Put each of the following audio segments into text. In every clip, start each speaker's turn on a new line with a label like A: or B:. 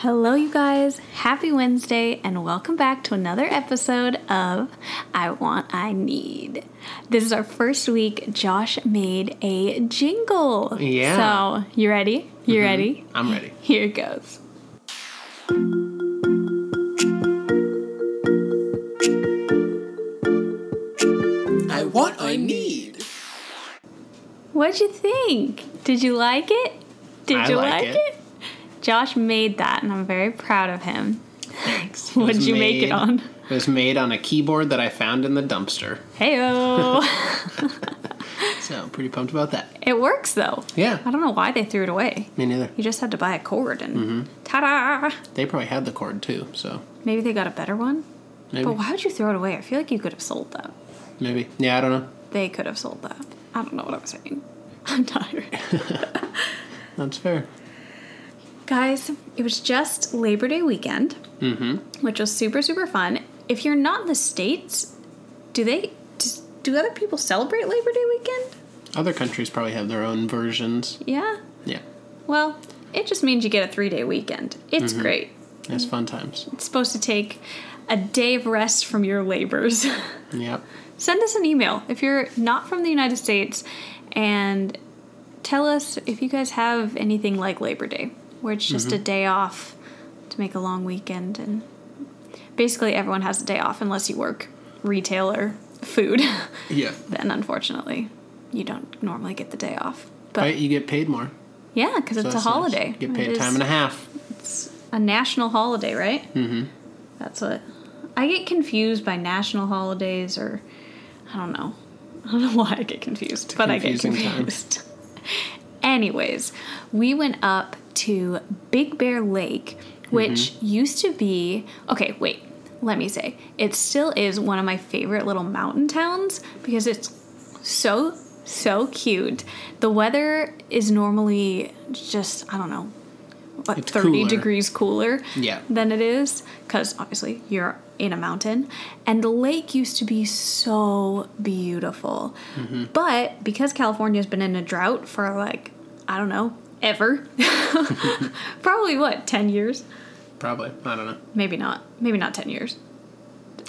A: Hello, you guys. Happy Wednesday, and welcome back to another episode of I Want, I Need. This is our first week. Josh made a jingle.
B: Yeah. Mm-hmm.
A: So, you ready? You ready?
B: I'm ready.
A: Here it goes.
B: I want, I need.
A: What'd you think? Did you like it? Did
B: I
A: you
B: like
A: like
B: it.
A: it? Josh made that, and I'm very proud of him.
B: Thanks.
A: What
B: was
A: did you make it
B: made-
A: on?
B: It was made on a keyboard that I found in the dumpster.
A: Heyo.
B: So I'm pretty pumped about that.
A: it works though.
B: Yeah.
A: I don't know why they threw it away.
B: Me neither.
A: You just had to buy a cord and
B: Mm-hmm.
A: ta-da!
B: They probably had the cord too, so
A: Maybe they got a better one.
B: maybe.
A: But why would you throw it away? I feel like you could have sold that.
B: Maybe. Yeah, I don't know.
A: They could have sold that. I don't know what I'm saying. I'm tired.
B: That's fair.
A: Guys, it was just Labor Day weekend, which was super, super fun. If you're not in the States, do they, does- do other people celebrate Labor Day weekend?
B: Other countries probably have their own versions.
A: Yeah.
B: Yeah.
A: Well, it just means you get a three day weekend. It's great.
B: It's fun times.
A: It's supposed to take a day of rest from your labors.
B: Yep.
A: send us an email if you're not from the United States and tell us if you guys have anything like Labor Day, where it's just
B: Mm-hmm.
A: a day off to make a long weekend. And basically, everyone has a day off unless you work retail or food.
B: Yeah.
A: then, unfortunately, you don't normally get the day off. But
B: Right? You get paid more.
A: yeah, because it's a
B: that's nice.
A: holiday.
B: You get
A: It
B: paid
A: is-
B: time and a half.
A: it's a national holiday, right? Mm-hmm. That's what I get confused by national holidays, or I don't know. I don't know why I get confused, but I get
B: confusing time.
A: confused. Anyways, we went up to Big Bear Lake, which
B: Mm-hmm.
A: used to be okay. Wait, let me say it still is one of my favorite little mountain towns because it's so so cute. The weather is normally just I don't know what
B: It's
A: 30
B: cooler.
A: degrees cooler
B: Yeah.
A: than it is because obviously you're in a mountain and the lake used to be so beautiful
B: Mm-hmm.
A: but because california has been in a drought for like i don't know ever probably what 10 years
B: Probably. I don't know.
A: maybe not maybe not 10 years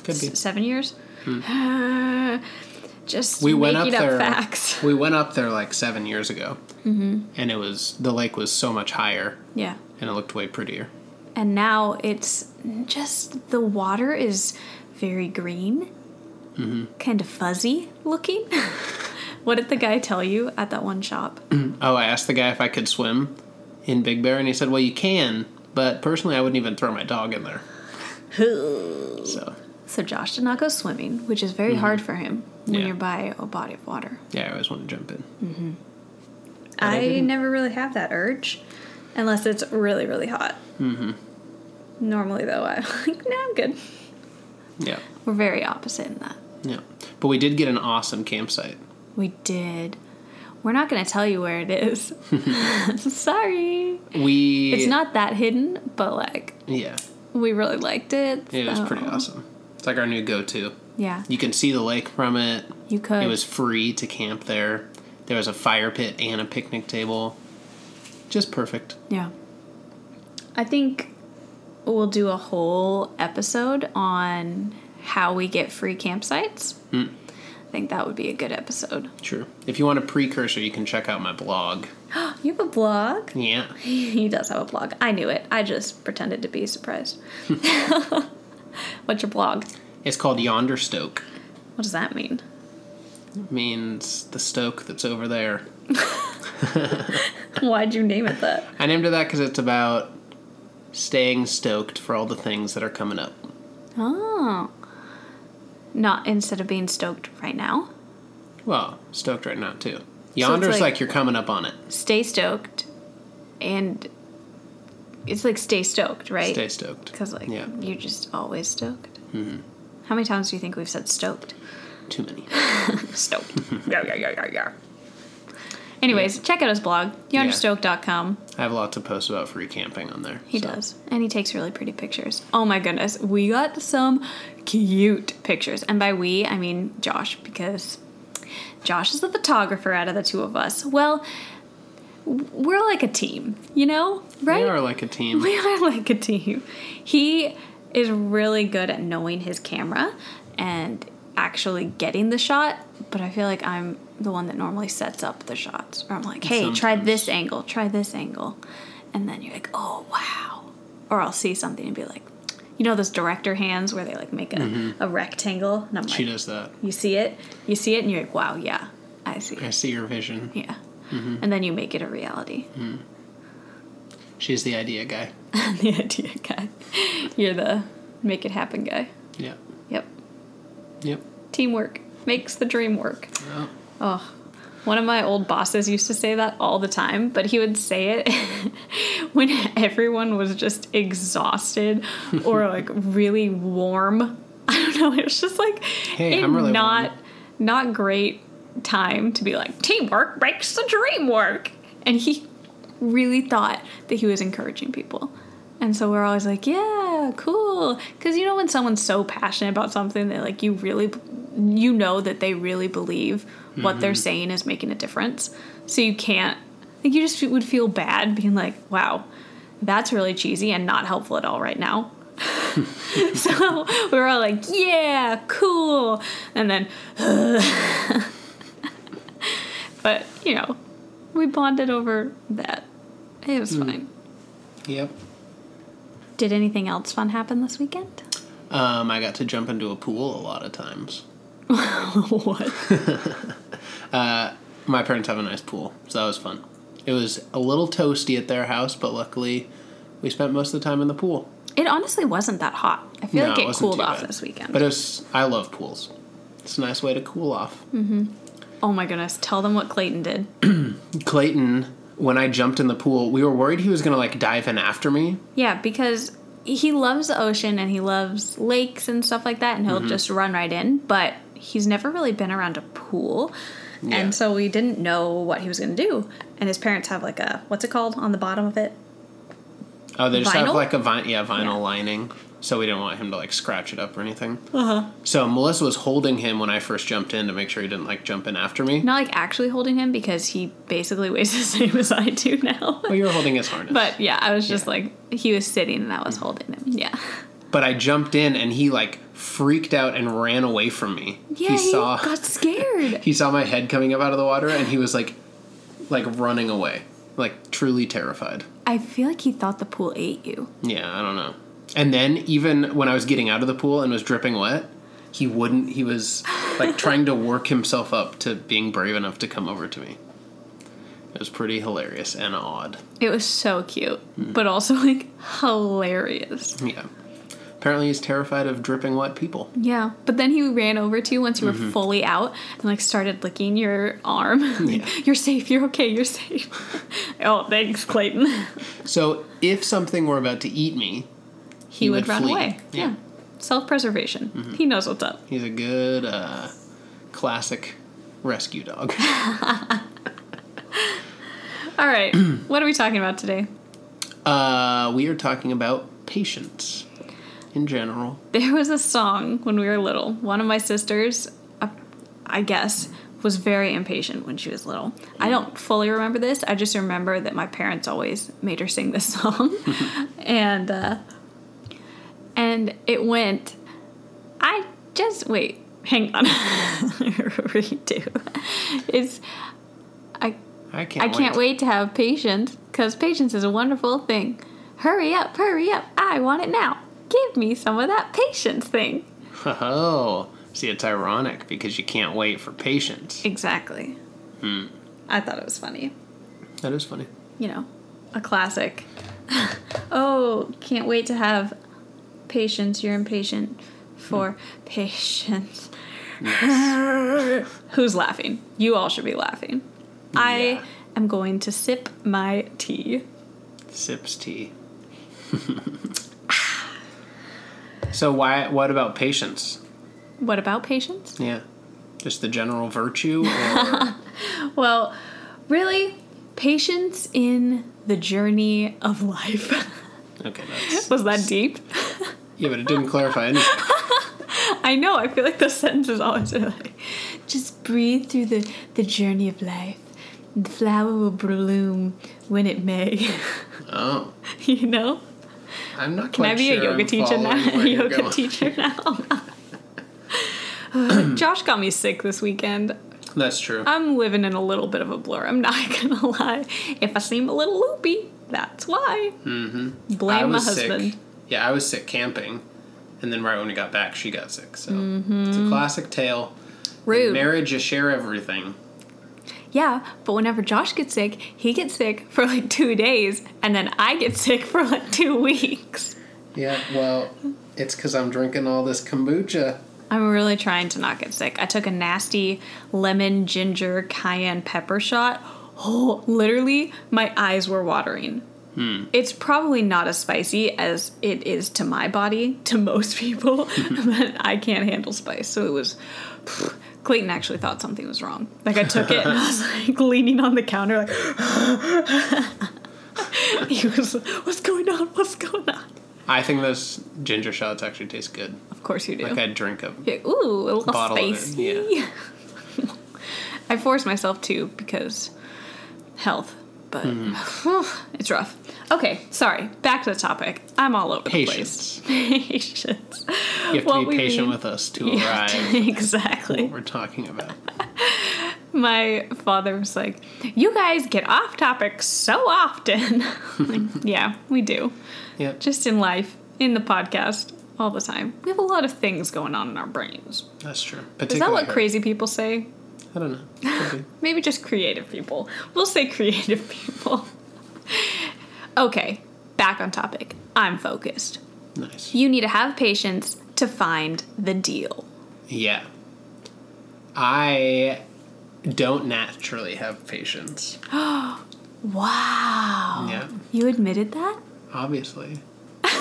B: Could be. Hmm.
A: S- seven years just
B: We
A: making
B: went
A: up,
B: up there-
A: facts
B: We went up there like seven years ago. Mm-hmm. And it was, the lake was so much higher
A: yeah
B: and it looked way prettier.
A: and now it's just the water is very green,
B: Mm-hmm.
A: kind of fuzzy looking. what did the guy tell you at that one shop?
B: Oh, I asked the guy if I could swim in Big Bear, and he said, "Well, you can, but personally, I wouldn't even throw my dog in there." So
A: so Josh did not go swimming, which is very hard for him when
B: Mm-hmm. Yeah.
A: you're by a body of water.
B: yeah, I always want to jump in. I
A: I
B: didn't.
A: never really have that urge, unless it's really really hot. Mm-hmm. Normally though, I'm like, no, I'm good.
B: Yeah,
A: We're very opposite in that.
B: yeah. But we did get an awesome campsite.
A: We did. We're not going to tell you where it is. Sorry.
B: We
A: It's not that hidden, but like
B: yeah.
A: we really liked it.
B: It was
A: so-
B: pretty awesome. It's like our new go-to.
A: Yeah,
B: You can see the lake from it.
A: you could.
B: It was free to camp there. There was a fire pit and a picnic table. Just perfect.
A: yeah. I think we'll do a whole episode on how we get free campsites.
B: Mm.
A: I think that would be a good episode.
B: Sure. If you want a precursor, you can check out my blog.
A: You have a blog?
B: Yeah.
A: he does have a blog. I knew it. I just pretended to be surprised. What's your blog?
B: It's called Yonder Stoke.
A: What does that mean?
B: means the stoke that's over there.
A: Why'd you name it that?
B: I named it that because it's about staying stoked for all the things that are coming up.
A: Oh. Not instead of being stoked right now.
B: Well, stoked right now too. Yonder's
A: like-
B: like, you're coming up on it.
A: stay stoked and it's like stay stoked
B: Stay
A: right
B: stoked.
A: because like
B: Yeah. Mm-hmm.
A: you're just always stoked how many times do you think we've said stoked
B: Too many.
A: stoked yeah yeah yeah yeah yeah anyways check out his blog
B: Yeah.
A: yonderstoke.com
B: I have lots of posts about free camping on there.
A: he
B: so.
A: does and he takes really pretty pictures oh my goodness we got some cute pictures and by we i mean josh because josh is the photographer out of the two of us well we're like a team, you know, right?
B: We are like a team.
A: We are like a team. He is really good at knowing his camera and actually getting the shot, but I feel like I'm the one that normally sets up the shots. Or I'm like, hey, try
B: Sometimes.
A: this angle, try this angle. And then you're like, oh, wow. Or I'll see something and be like, you know those director hands where they like make a, a rectangle? And I'm like,
B: Mm-hmm. She does that.
A: you see it? You see it and you're like, wow, yeah, I see
B: I
A: it.
B: see your vision.
A: Yeah.
B: Mm-hmm.
A: And then you make it a reality.
B: She's the idea guy.
A: the idea guy. You're the make it happen guy.
B: Yeah.
A: Yep.
B: Yep.
A: Teamwork makes the dream work.
B: Well,
A: Oh. One of my old bosses used to say that all the time, but he would say it when everyone was just exhausted or like really warm. I don't know. It was just like
B: Hey,
A: a
B: I'm really warm.
A: not not great time to be like teamwork makes the dream work. And he really thought that he was encouraging people. And so we're always like, yeah, cool. Because you know, when someone's so passionate about something that, like, you really, you know, that they really believe what
B: Mm-hmm.
A: they're saying is making a difference. So you can't, like, you just would feel bad being like, wow, that's really cheesy and not helpful at all right now. so we were all like, yeah, cool. And then, but, you know, we bonded over that. It was
B: Hmm.
A: fine.
B: yep.
A: Did anything else fun happen this weekend?
B: Um, I got to jump into a pool a lot of times.
A: what?
B: My parents have a nice pool, so that was fun. It was a little toasty at their house, but luckily we spent most of the time in the pool.
A: It honestly wasn't that hot. I feel like it
B: wasn't
A: cooled
B: too
A: off
B: bad.
A: this weekend.
B: But it was, I love pools. It's a nice way to cool off.
A: oh my goodness, tell them what Clayton did.
B: Clayton, when I jumped in the pool, we were worried he was going to like dive in after me.
A: Yeah, because he loves the ocean and he loves lakes and stuff like that, and he'll just run right in, but he's never really been around a pool.
B: Yeah.
A: And so we didn't know what he was going to do. And his parents have like a, what's it called on the bottom of it?
B: Oh, they just have
A: Vinyl?
B: like a vin- yeah, vinyl
A: Yeah.
B: lining. So we didn't want him to like scratch it up or anything.
A: Uh-huh.
B: So Melissa was holding him when I first jumped in to make sure he didn't like jump in after me.
A: Not like actually holding him because he basically weighs the same as I do now.
B: Well, you were holding his harness.
A: But yeah, I was just like, he was sitting and I was holding him. Yeah.
B: but I jumped in and he like freaked out and ran away from me.
A: Yeah,
B: he,
A: he,
B: saw
A: got scared.
B: he saw my head coming up out of the water and he was like like running away, like truly terrified.
A: I feel like he thought the pool ate you.
B: Yeah, I don't know. And then even when I was getting out of the pool and was dripping wet, he wouldn't. He was like trying to work himself up to being brave enough to come over to me. It was pretty hilarious and odd.
A: It was so cute, but also like hilarious.
B: Yeah. Apparently, he's terrified of dripping wet people.
A: Yeah. But then he ran over to you once you were fully out and like started licking your arm. Like,
B: Yeah.
A: You're safe. You're okay. You're safe. oh, thanks, Clayton.
B: So, if something were about to eat me,
A: He, would,
B: would
A: run
B: flee.
A: away.
B: Yeah.
A: Yeah. Self preservation. He knows what's up.
B: he's a good uh, classic rescue dog.
A: All right. what are we talking about today?
B: uh, we are talking about patience in general.
A: There was a song when we were little. One of my sisters, uh, I guess, was very impatient when she was little. I don't fully remember this. I just remember that my parents always made her sing this song, and uh, and it went. I just wait. Hang on. Redo. It's I
B: I can't.
A: I can't wait to have patience because patience is a wonderful thing. Hurry up, hurry up. I want it now. Give me some of that patience thing.
B: Oh, see, it's ironic because you can't wait for patience.
A: Exactly. I thought it was funny.
B: That is funny.
A: You know, a classic. oh, can't wait to have patience. You're impatient for patience. Who's laughing? You all should be laughing.
B: Yeah.
A: I am going to sip my tea.
B: Sips tea. so why? What about patience?
A: What about patience?
B: Yeah, just the general virtue. Or,
A: Well, really, patience in the journey of life.
B: okay, that's
A: Was that deep?
B: yeah, but it didn't clarify anything.
A: I know, I feel like those sentences always are like, just breathe through the, the journey of life. The flower will bloom when it may.
B: Oh,
A: you know?
B: I'm not
A: Can
B: quite
A: I be
B: sure
A: a yoga
B: I'm
A: teacher now?
B: following
A: A
B: where you're
A: yoga
B: going.
A: teacher now. Josh got me sick this weekend.
B: That's true.
A: I'm living in a little bit of a blur. I'm not gonna lie. If I seem a little loopy, that's why. Mm-hmm.
B: I
A: Blame my
B: was
A: husband.
B: sick. Yeah, I was sick camping, and then right when we got back, she got sick. So
A: Mm-hmm.
B: it's a classic tale.
A: Rude.
B: In marriage, you share everything.
A: Yeah, but whenever Josh gets sick, he gets sick for like two days, and then I get sick for like two weeks.
B: Yeah, well, it's because I'm drinking all this kombucha.
A: I'm really trying to not get sick. I took a nasty lemon, ginger, cayenne pepper shot. Oh, literally, my eyes were watering. It's probably not as spicy as it is to my body, to most people, but I can't handle spice. So it was. Clayton actually thought something was wrong. Like I took it and I was like leaning on the counter, like. he was, what's going on? What's going on?
B: I think those ginger shots actually taste good.
A: Of course you do.
B: Like I'd drink them.
A: Yeah, ooh, a little
B: Bottle of it,
A: spicy.
B: yeah.
A: I force myself to because health, but
B: Hmm.
A: it's rough. Okay, sorry. Back to the topic. I'm all over
B: Patience.
A: the place. Patience.
B: You have to
A: What
B: be
A: we
B: patient
A: mean-
B: with us to arrive
A: exactly.
B: what we're talking about.
A: My father was like, "You guys get off topic so often." Like, yeah, we do.
B: Yep.
A: Just in life, in the podcast, all the time. We have a lot of things going on in our brains.
B: That's true.
A: Is that
B: Particularly
A: what
B: her.
A: crazy people say?
B: I don't know. Could be.
A: Maybe just creative people. We'll say creative people. okay, back on topic. I'm focused.
B: nice.
A: You need to have patience to find the deal.
B: Yeah. I don't naturally have patience.
A: Wow.
B: Yeah,
A: You admitted that?
B: obviously.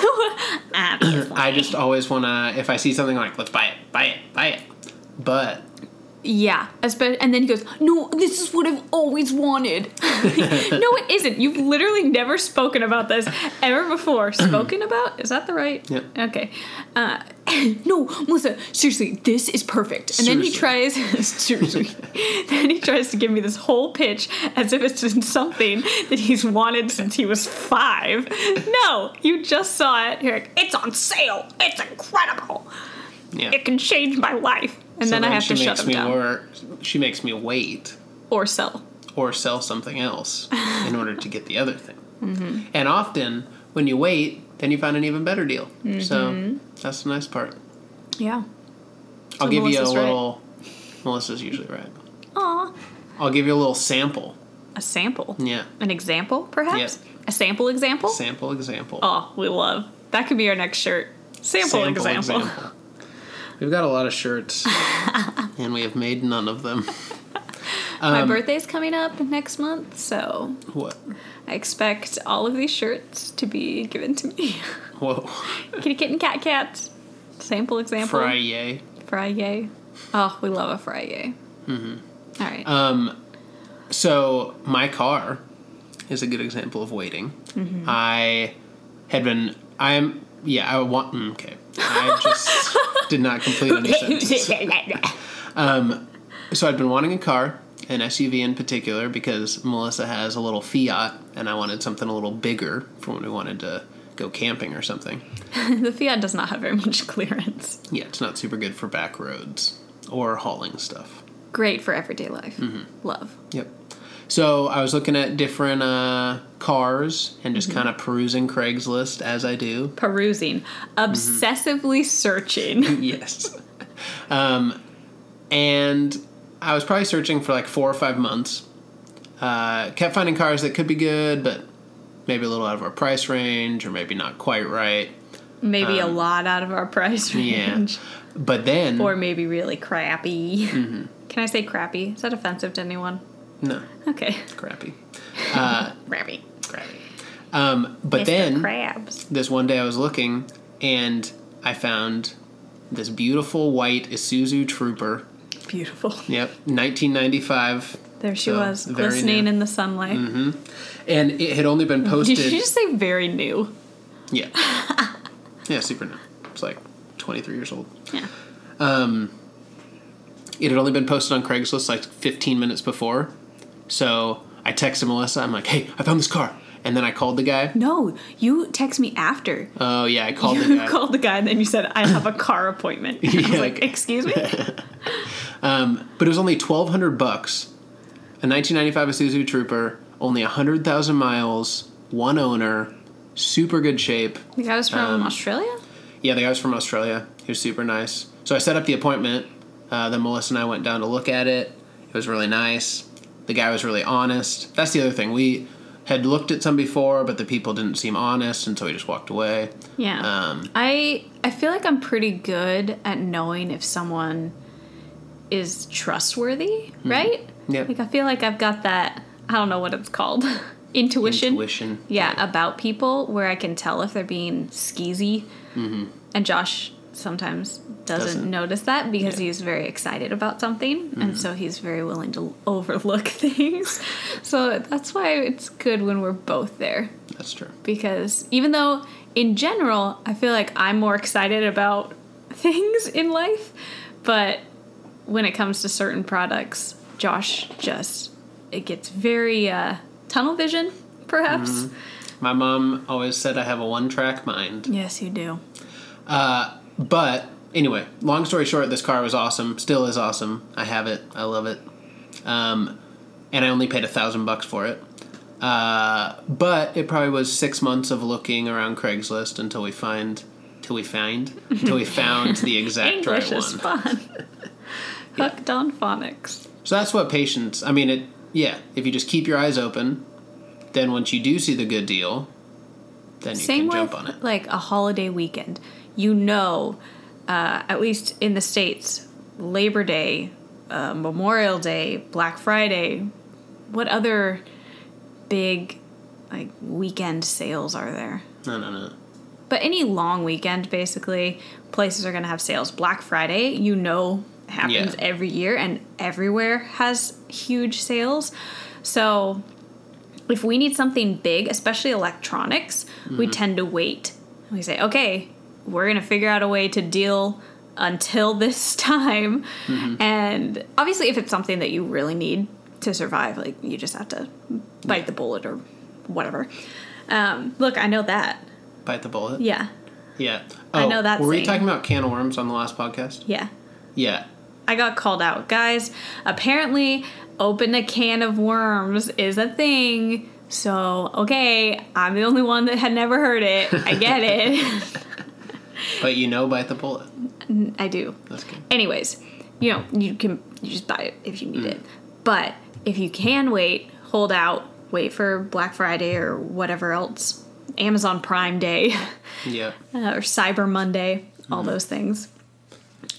A: Absolutely.
B: I just always want to, if I see something like, let's buy it, buy it, buy it. But
A: yeah. Espe- And then he goes, No, this is what I've always wanted. no, it isn't. You've literally never spoken about this ever before. spoken about? Is that the right?
B: Yep.
A: Okay. Uh, no, Melissa, seriously, this is perfect. And then he
B: Seriously.
A: tries. tries seriously. then he tries to give me this whole pitch as if it's been something that he's wanted since he was five. No, you just saw it. You're like, it's on sale. It's incredible.
B: yeah.
A: It can change my life. And
B: So
A: then, I have
B: she
A: to shut
B: makes
A: him
B: me
A: down
B: Wor- she makes me wait
A: or sell.
B: or sell something else in order to get the other thing.
A: Mm-hmm.
B: And often, when you wait, then you find an even better deal.
A: Mm-hmm.
B: So that's the nice part.
A: Yeah.
B: I'll give
A: Melissa's
B: you a
A: right.
B: little. Melissa's usually right.
A: Aw.
B: I'll give you a little sample.
A: A sample.
B: Yeah,
A: An example, perhaps? A sample example?
B: sample example.
A: oh, we love. That could be our next shirt. Sample, example.
B: We've got a lot of shirts, and we have made none of them.
A: My
B: um,
A: birthday's coming up next month, so
B: What?
A: I expect all of these shirts to be given to me.
B: Whoa!
A: Kitty kitten cat cat. Sample example.
B: Fry yay.
A: Fry yay. Oh, we love a fry yay. Mm-hmm. All right.
B: Um, so my car is a good example of waiting.
A: Mm-hmm.
B: I had been. I'm. Yeah. I want. mm, Okay. I just did not complete any sentence. Um, so I'd been wanting a car, an SUV in particular, because Melissa has a little Fiat, and I wanted something a little bigger for when we wanted to go camping or something.
A: the Fiat does not have very much clearance.
B: Yeah, it's not super good for back roads or hauling stuff.
A: Great for everyday life.
B: Mm-hmm.
A: Love.
B: Yep. So I was looking at different uh, cars and just kind of perusing Craigslist as I do.
A: Perusing. Obsessively searching.
B: yes. Um, and I was probably searching for like four or five months. Uh, kept finding cars that could be good, but maybe a little out of our price range or maybe not quite right.
A: Maybe a lot out of our price
B: Um, Yeah.
A: range.
B: But then,
A: Or maybe really crappy. Can I say crappy? Is that offensive to anyone?
B: no,
A: Okay.
B: crappy,
A: Crappy.
B: crappy. Um, but
A: Mr.
B: then,
A: Krabs.
B: this one day I was looking and I found this beautiful white Isuzu Trooper.
A: Beautiful.
B: Yep, 1995.
A: There she
B: So,
A: was,
B: very
A: glistening
B: new.
A: in the sunlight.
B: And it had only been posted.
A: Did you just say very new?
B: Yeah. yeah, super new. It's like 23 years old.
A: Yeah.
B: It had only been posted on Craigslist like 15 minutes before. So I texted Melissa. I'm like, hey, I found this car. And then I called the guy.
A: No, you text me after.
B: Oh yeah, I called the
A: you
B: guy.
A: called the guy and then you said, I have a car appointment. And I was
B: Yeah,
A: like,
B: like-
A: excuse me?
B: But it was only twelve hundred bucks. A 1995 Isuzu Trooper, only hundred thousand miles, one owner, super good shape.
A: The guy was
B: Um,
A: from Australia?
B: Yeah, the guy was from Australia. He was super nice. So I set up the appointment. Uh, then Melissa and I went down to look at it. It was really nice. The guy was really honest. That's the other thing. We had looked at some before, but the people didn't seem honest, and so we just walked away.
A: Yeah.
B: Um,
A: I I feel like I'm pretty good at knowing if someone is trustworthy,
B: Mm-hmm.
A: right?
B: Yep.
A: Like I feel like I've got that I don't know what it's called. Intuition.
B: Intuition.
A: Yeah, about people where I can tell if they're being skeezy. And Josh sometimes doesn't,
B: Mm-hmm. Doesn't.
A: notice that because
B: Yeah. Mm-hmm.
A: he's very excited about something and so he's very willing to overlook things. so that's why it's good when we're both there
B: That's true.
A: because even though in general I feel like I'm more excited about things in life, but when it comes to certain products, Josh just it gets very uh, tunnel vision, perhaps.
B: My mom always said I have a one track mind.
A: Yes, you do.
B: But anyway, long story short, this car was awesome. Still is awesome. I have it. I love it. Um, and I only paid a thousand bucks for it. Uh, but it probably was six months of looking around Craigslist until we find, till we find, until we found the exact right
A: English
B: one.
A: is fun. Hooked on phonics.
B: So that's what patience. I mean, it. Yeah, if you just keep your eyes open, then once you do see the good deal, then you
A: Same
B: can
A: with
B: jump on it.
A: like a holiday weekend. You know, uh, at least in the states, Labor Day, uh, Memorial Day, Black Friday. What other big like weekend sales are there?
B: No, no, no.
A: But any long weekend, basically, places are going to have sales. Black Friday, you know, happens
B: Yeah.
A: every year and everywhere has huge sales. So if we need something big, especially electronics, we tend to wait. We say, okay, we're going to figure out a way to deal until this time. And obviously, if it's something that you really need to survive, like you just have to bite the bullet or whatever. Um, look, I know that.
B: Bite the bullet.
A: Yeah.
B: Yeah. Oh,
A: I know that
B: Were we
A: saying.
B: talking about can of worms on the last podcast?
A: Yeah.
B: Yeah.
A: I got called out. Guys, apparently open a can of worms is a thing. So, okay, I'm the only one that had never heard it. I get it.
B: But you know bite the bullet.
A: I do.
B: That's good.
A: Anyways, you know, you can you just buy it if you need it. But if you can wait, hold out, wait for Black Friday or whatever else, Amazon Prime Day.
B: Yeah.
A: uh, or Cyber Monday, all those things.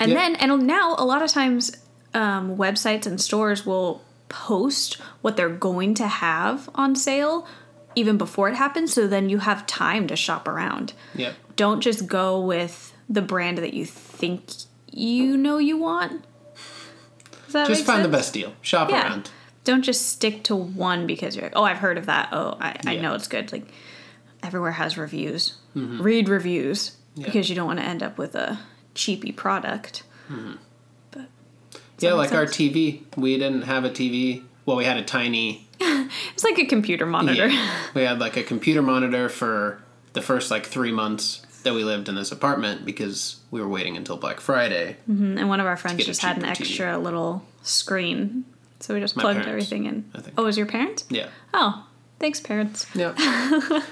A: And
B: Mm-hmm. Yeah.
A: then, and now a lot of times um, websites and stores will post what they're going to have on sale even before it happens. So then you have time to shop around.
B: Yep.
A: Don't just go with the brand that you think you know you want. Does that
B: Just
A: make
B: find the
A: sense?
B: best deal. Shop
A: Yeah.
B: around.
A: Don't just stick to one because you're like, oh, I've heard of that. Oh, I, I
B: Yeah. Mm-hmm.
A: know it's good. Like, everywhere has reviews. Read reviews
B: Yeah.
A: because you don't want to end up with a cheapy product.
B: yeah,
A: that
B: like
A: make
B: our
A: sense?
B: TV. We didn't have a TV. Well, we had a tiny.
A: It's like a computer monitor.
B: Yeah. we had like a computer monitor for the first like three months that we lived in this apartment because we were waiting until Black Friday.
A: and one of our friends
B: get a
A: just had an
B: cheaper TV.
A: extra little screen. So we just plugged
B: parents,
A: everything in.
B: I think.
A: Oh, it was your parents?
B: Yeah.
A: Oh, thanks, parents.
B: Yeah.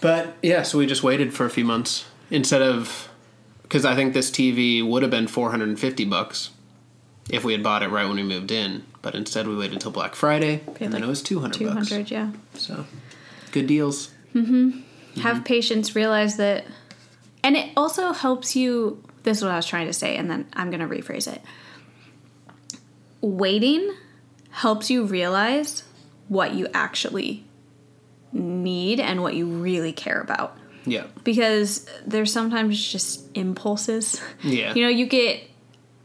B: but yeah, so we just waited for a few months instead of because I think this TV would have been 450 bucks if we had bought it right when we moved in, but instead we waited until Black Friday and then
A: like
B: it was 200,
A: 200, yeah.
B: bucks. So good deals.
A: have patience realize that and it also helps you this is what i was trying to say and then i'm going to rephrase it waiting helps you realize what you actually need and what you really care about
B: Yeah.
A: because there's sometimes just impulses
B: Yeah.
A: you know you get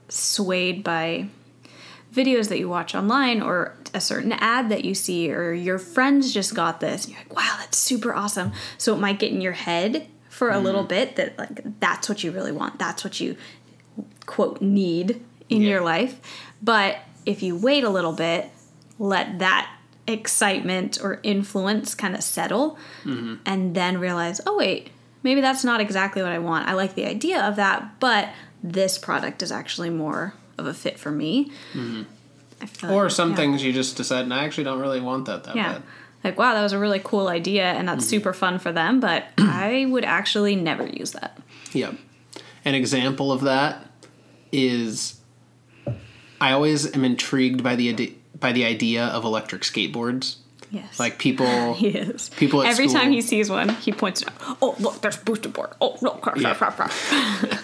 A: swayed by videos that you watch online or a certain ad that you see or your friends just got this and you're like wow that's super awesome so it might get in your head for a
B: Mm.
A: little bit that like that's what you really want that's what you quote need in
B: Yeah.
A: your life but if you wait a little bit let that excitement or influence kind of settle and then realize, oh, wait, maybe that's not exactly what I want. I like the idea of that, but this product is actually more of a fit for me. I feel
B: Mm-hmm. Or
A: like-
B: some
A: yeah.
B: things you just decide, I actually don't really want that that Mm-hmm.
A: Yeah.
B: bad.
A: Like, wow, that was a really cool idea and that's super fun for them, but I would actually never use that.
B: Yep. An example of that is I always am intrigued by the ide- by the idea of electric skateboards.
A: Yes.
B: Like people
A: He is.
B: People at
A: Every
B: school-
A: time he sees one, he points it out. Oh, look, there's booster board. Oh, look, crap, crap,
B: Yeah.
A: crap, crap.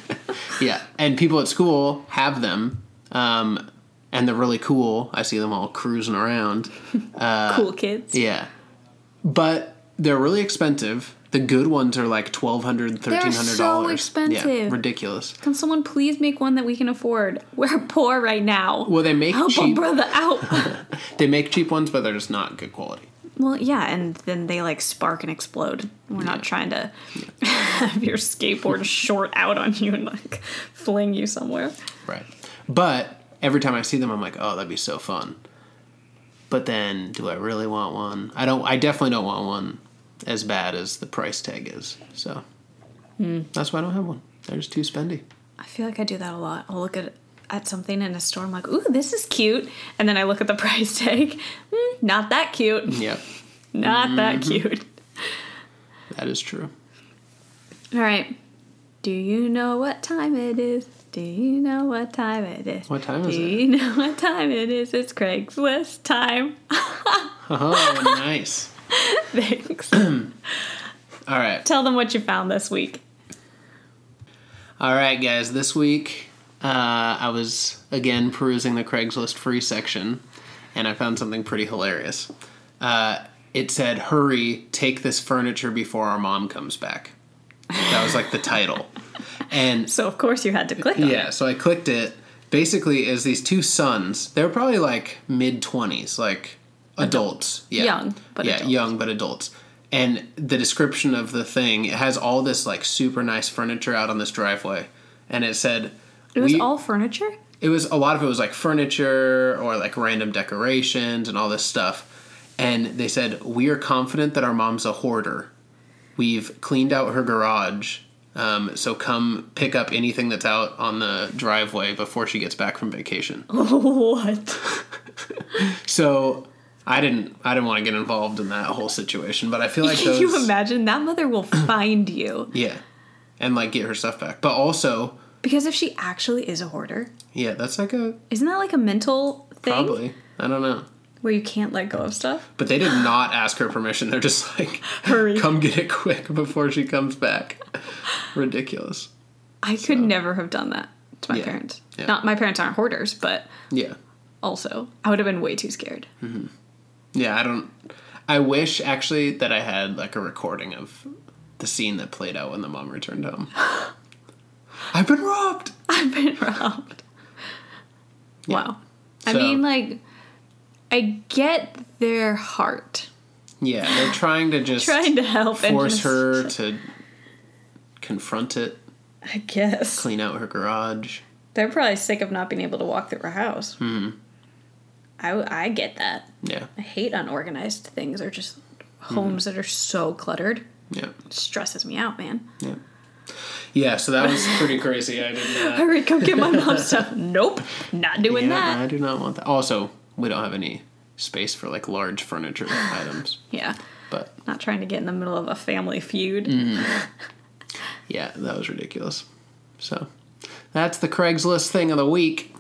B: Yeah, and people at school have them, um, and they're really cool. I see them all cruising around.
A: cool kids.
B: Uh, Yeah, but they're really expensive. The good ones are like twelve hundred, thirteen hundred
A: so
B: dollars. Yeah,
A: expensive.
B: ridiculous.
A: Can someone please make one that we can afford? We're poor right now.
B: Well, they make
A: Help a
B: cheap.
A: brother out.
B: They make cheap ones, but they're just not good quality.
A: well, yeah, and then they like spark and explode. We're not trying to have your skateboard short out on you and like fling you somewhere.
B: Right. But every time I see them, I'm like, oh, that'd be so fun. But then, do I really want one? I don't. I definitely don't want one as bad as the price tag is. So that's why I don't have one. They're just too spendy.
A: I feel like I do that a lot. I'll look at at something in a store. I'm like, ooh, this is cute, and then I look at the price tag. Mm, not that cute.
B: Yep,
A: Not that
B: Mm-hmm.
A: cute.
B: that is true.
A: All right. Do you know what time it is? Do you know what time it is?
B: What time
A: Do
B: is it?
A: you know what time it is? It's Craigslist time.
B: Oh, nice.
A: Thanks.
B: All right.
A: Tell them what you found this week.
B: All right, guys. This week, uh, I was again perusing the Craigslist free section, and I found something pretty hilarious. Uh, it said, "Hurry, take this furniture before our mom comes back." That was like the title, and
A: So of course you had to click on it.
B: yeah, so I clicked it. Basically, is these two sons? They're probably like mid twenties, like adults. Yeah,
A: Young, but
B: yeah,
A: adults.
B: young but adults. And the description of the thing it has all this like super nice furniture out on this driveway, and it said
A: It was
B: we-
A: all furniture?
B: it was a lot of it was like furniture or like random decorations and all this stuff. And they said, We are confident that our mom's a hoarder. We've cleaned out her garage. Um, so come pick up anything that's out on the driveway before she gets back from vacation.
A: what?
B: So I didn't I didn't want to get involved in that whole situation, but I feel like
A: Can
B: those
A: you imagine? That mother will find you.
B: Yeah. And like get her stuff back. But also,
A: Because if she actually is a hoarder,
B: yeah, that's like a
A: isn't that like a mental thing
B: probably. I don't know.
A: where you can't let go of stuff?
B: But they did not ask her permission. They're just like,
A: Hurry.
B: come get it quick before she comes back. Ridiculous.
A: I could never have done that to my
B: Yeah.
A: parents.
B: Yeah.
A: Not my parents aren't hoarders, but
B: Yeah.
A: also I would have been way too scared.
B: Yeah, I don't. I wish actually that I had like a recording of the scene that played out when the mom returned home. I've been robbed!
A: I've been robbed. Wow. I
B: So-
A: mean, like, I get their heart
B: Yeah, they're trying to just
A: trying to help
B: force
A: and just-
B: her to confront it,
A: I guess
B: clean out her garage.
A: they're probably sick of not being able to walk through her house. Mm-hmm. I I get that.
B: Yeah,
A: I hate unorganized things or just homes that are so cluttered.
B: yeah,
A: It stresses me out, man.
B: yeah. Yeah, so that was pretty crazy. I did not.
A: Hurry, come get my mom's stuff. Nope, not doing
B: Yeah,
A: that.
B: I do not want that. Also, we don't have any space for like large furniture items.
A: Yeah.
B: But
A: Not trying to get in the middle of a family feud.
B: yeah, that was ridiculous. So that's the Craigslist thing of the week.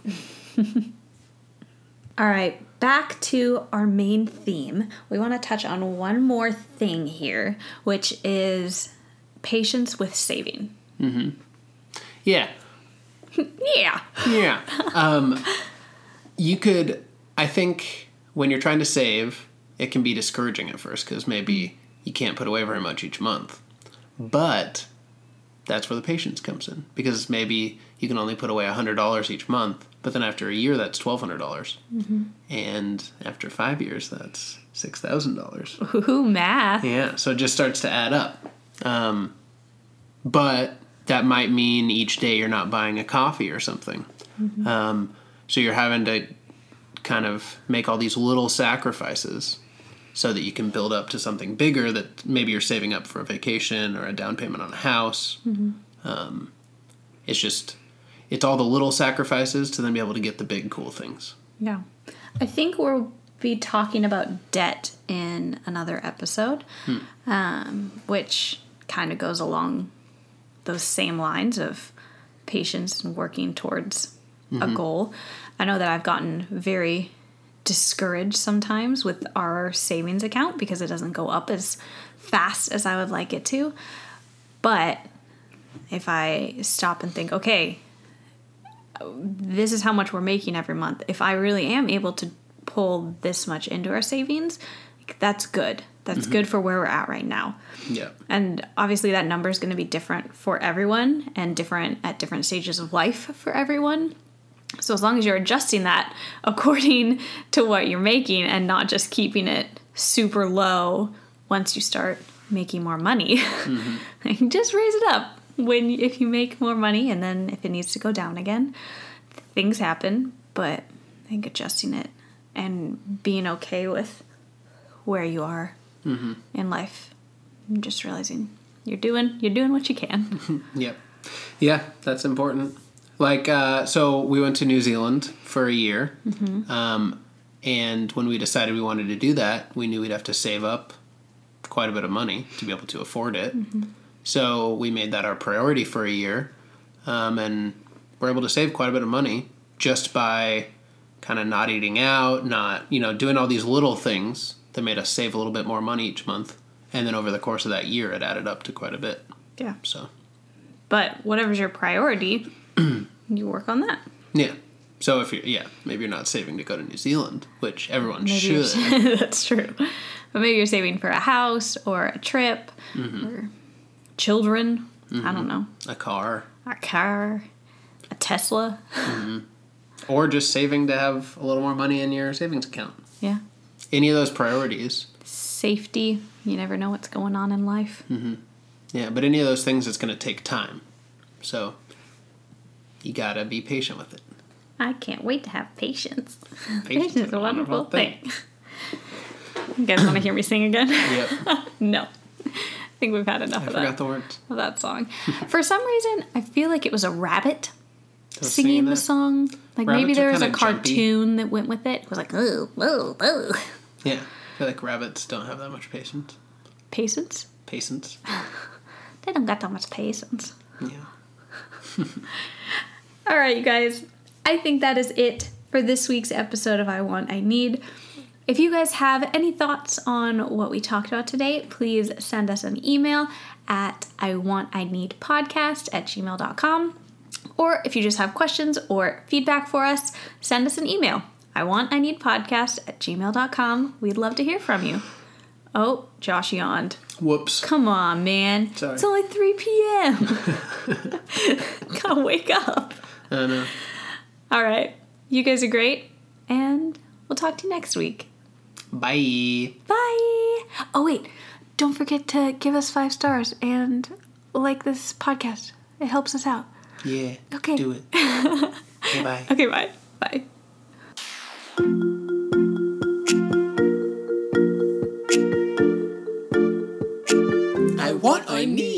A: All right, back to our main theme. We want to touch on one more thing here, which is patience with saving.
B: Yeah.
A: Yeah.
B: Yeah. um, you could, I think, when you're trying to save, it can be discouraging at first because maybe you can't put away very much each month. But that's where the patience comes in because maybe you can only put away $100 each month, but then after a year, that's $1,200. dollars And after five years, that's $6,000.
A: Ooh, math.
B: Yeah, so it just starts to add up. Um, but that might mean each day you're not buying a coffee or something. Um, so you're having to kind of make all these little sacrifices so that you can build up to something bigger that maybe you're saving up for a vacation or a down payment on a house. Um, it's just, it's all the little sacrifices to then be able to get the big cool things.
A: Yeah. I think we'll be talking about debt in another episode, um, which kind of goes along those same lines of patience and working towards a goal. I know that I've gotten very discouraged sometimes with our savings account because it doesn't go up as fast as I would like it to. But if I stop and think, okay, this is how much we're making every month. If I really am able to pull this much into our savings, like, that's good. That's good for where we're at right now.
B: Yeah.
A: And obviously, that number is going to be different for everyone and different at different stages of life for everyone. So, as long as you're adjusting that according to what you're making and not just keeping it super low once you start making more money, like, just raise it up when if you make more money and then if it needs to go down again, things happen. But I think adjusting it and being okay with where you are in life and just realizing you're doing you're doing what you can
B: Yep. Yeah, that's important. Like, uh, so we went to New Zealand for a year. Um, and when we decided we wanted to do that, we knew we'd have to save up quite a bit of money to be able to afford it. So we made that our priority for a year. Um, and we're able to save quite a bit of money just by kind of not eating out, not, you know, doing all these little things that made us save a little bit more money each month. And then over the course of that year, it added up to quite a bit.
A: yeah
B: So.
A: but whatever's your priority you work on that
B: Yeah. So if you're yeah, maybe you're not saving to go to New Zealand, which everyone
A: Maybe you're-
B: should.
A: that's true but maybe you're saving for a house or a trip or children i don't know
B: A car.
A: a car a tesla
B: Or just saving to have a little more money in your savings account.
A: yeah
B: Any of those priorities.
A: safety you never know what's going on in life
B: Yeah, but any of those things it's gonna take time. So you gotta be patient with it.
A: i can't wait to have patience
B: Patience
A: patience is a wonderful thing you guys want to hear me sing again
B: Yep. I
A: no i think we've had enough of that
B: forgot the words.
A: of that song. For some reason, I feel like it was a rabbit
B: I was
A: singing the
B: that.
A: song. Like maybe
B: Rabbits are
A: there was a
B: kinda jumpy.
A: cartoon that went with it. It was like, oh, oh, oh.
B: Yeah. I feel like rabbits don't have that much patience.
A: Patience?
B: Patience.
A: They don't got that much patience.
B: Yeah.
A: All right, you guys. I think that is it for this week's episode of I Want, I Need. If you guys have any thoughts on what we talked about today, please send us an email at I Want, I Need podcast at gmail.com. Or if you just have questions or feedback for us, send us an email. I want, I need podcast at gmail.com. We'd love to hear from you. Oh, Josh yawned.
B: Whoops.
A: Come on, man.
B: Sorry.
A: It's only 3 p.m. Gotta wake up.
B: I know.
A: All right. You guys are great. And we'll talk to you next week.
B: Bye.
A: Bye. Oh, wait. Don't forget to give us five stars and like this podcast. It helps us out.
B: Yeah.
A: Okay.
B: Do it. Okay, bye.
A: Okay, bye. Bye.
B: I want I need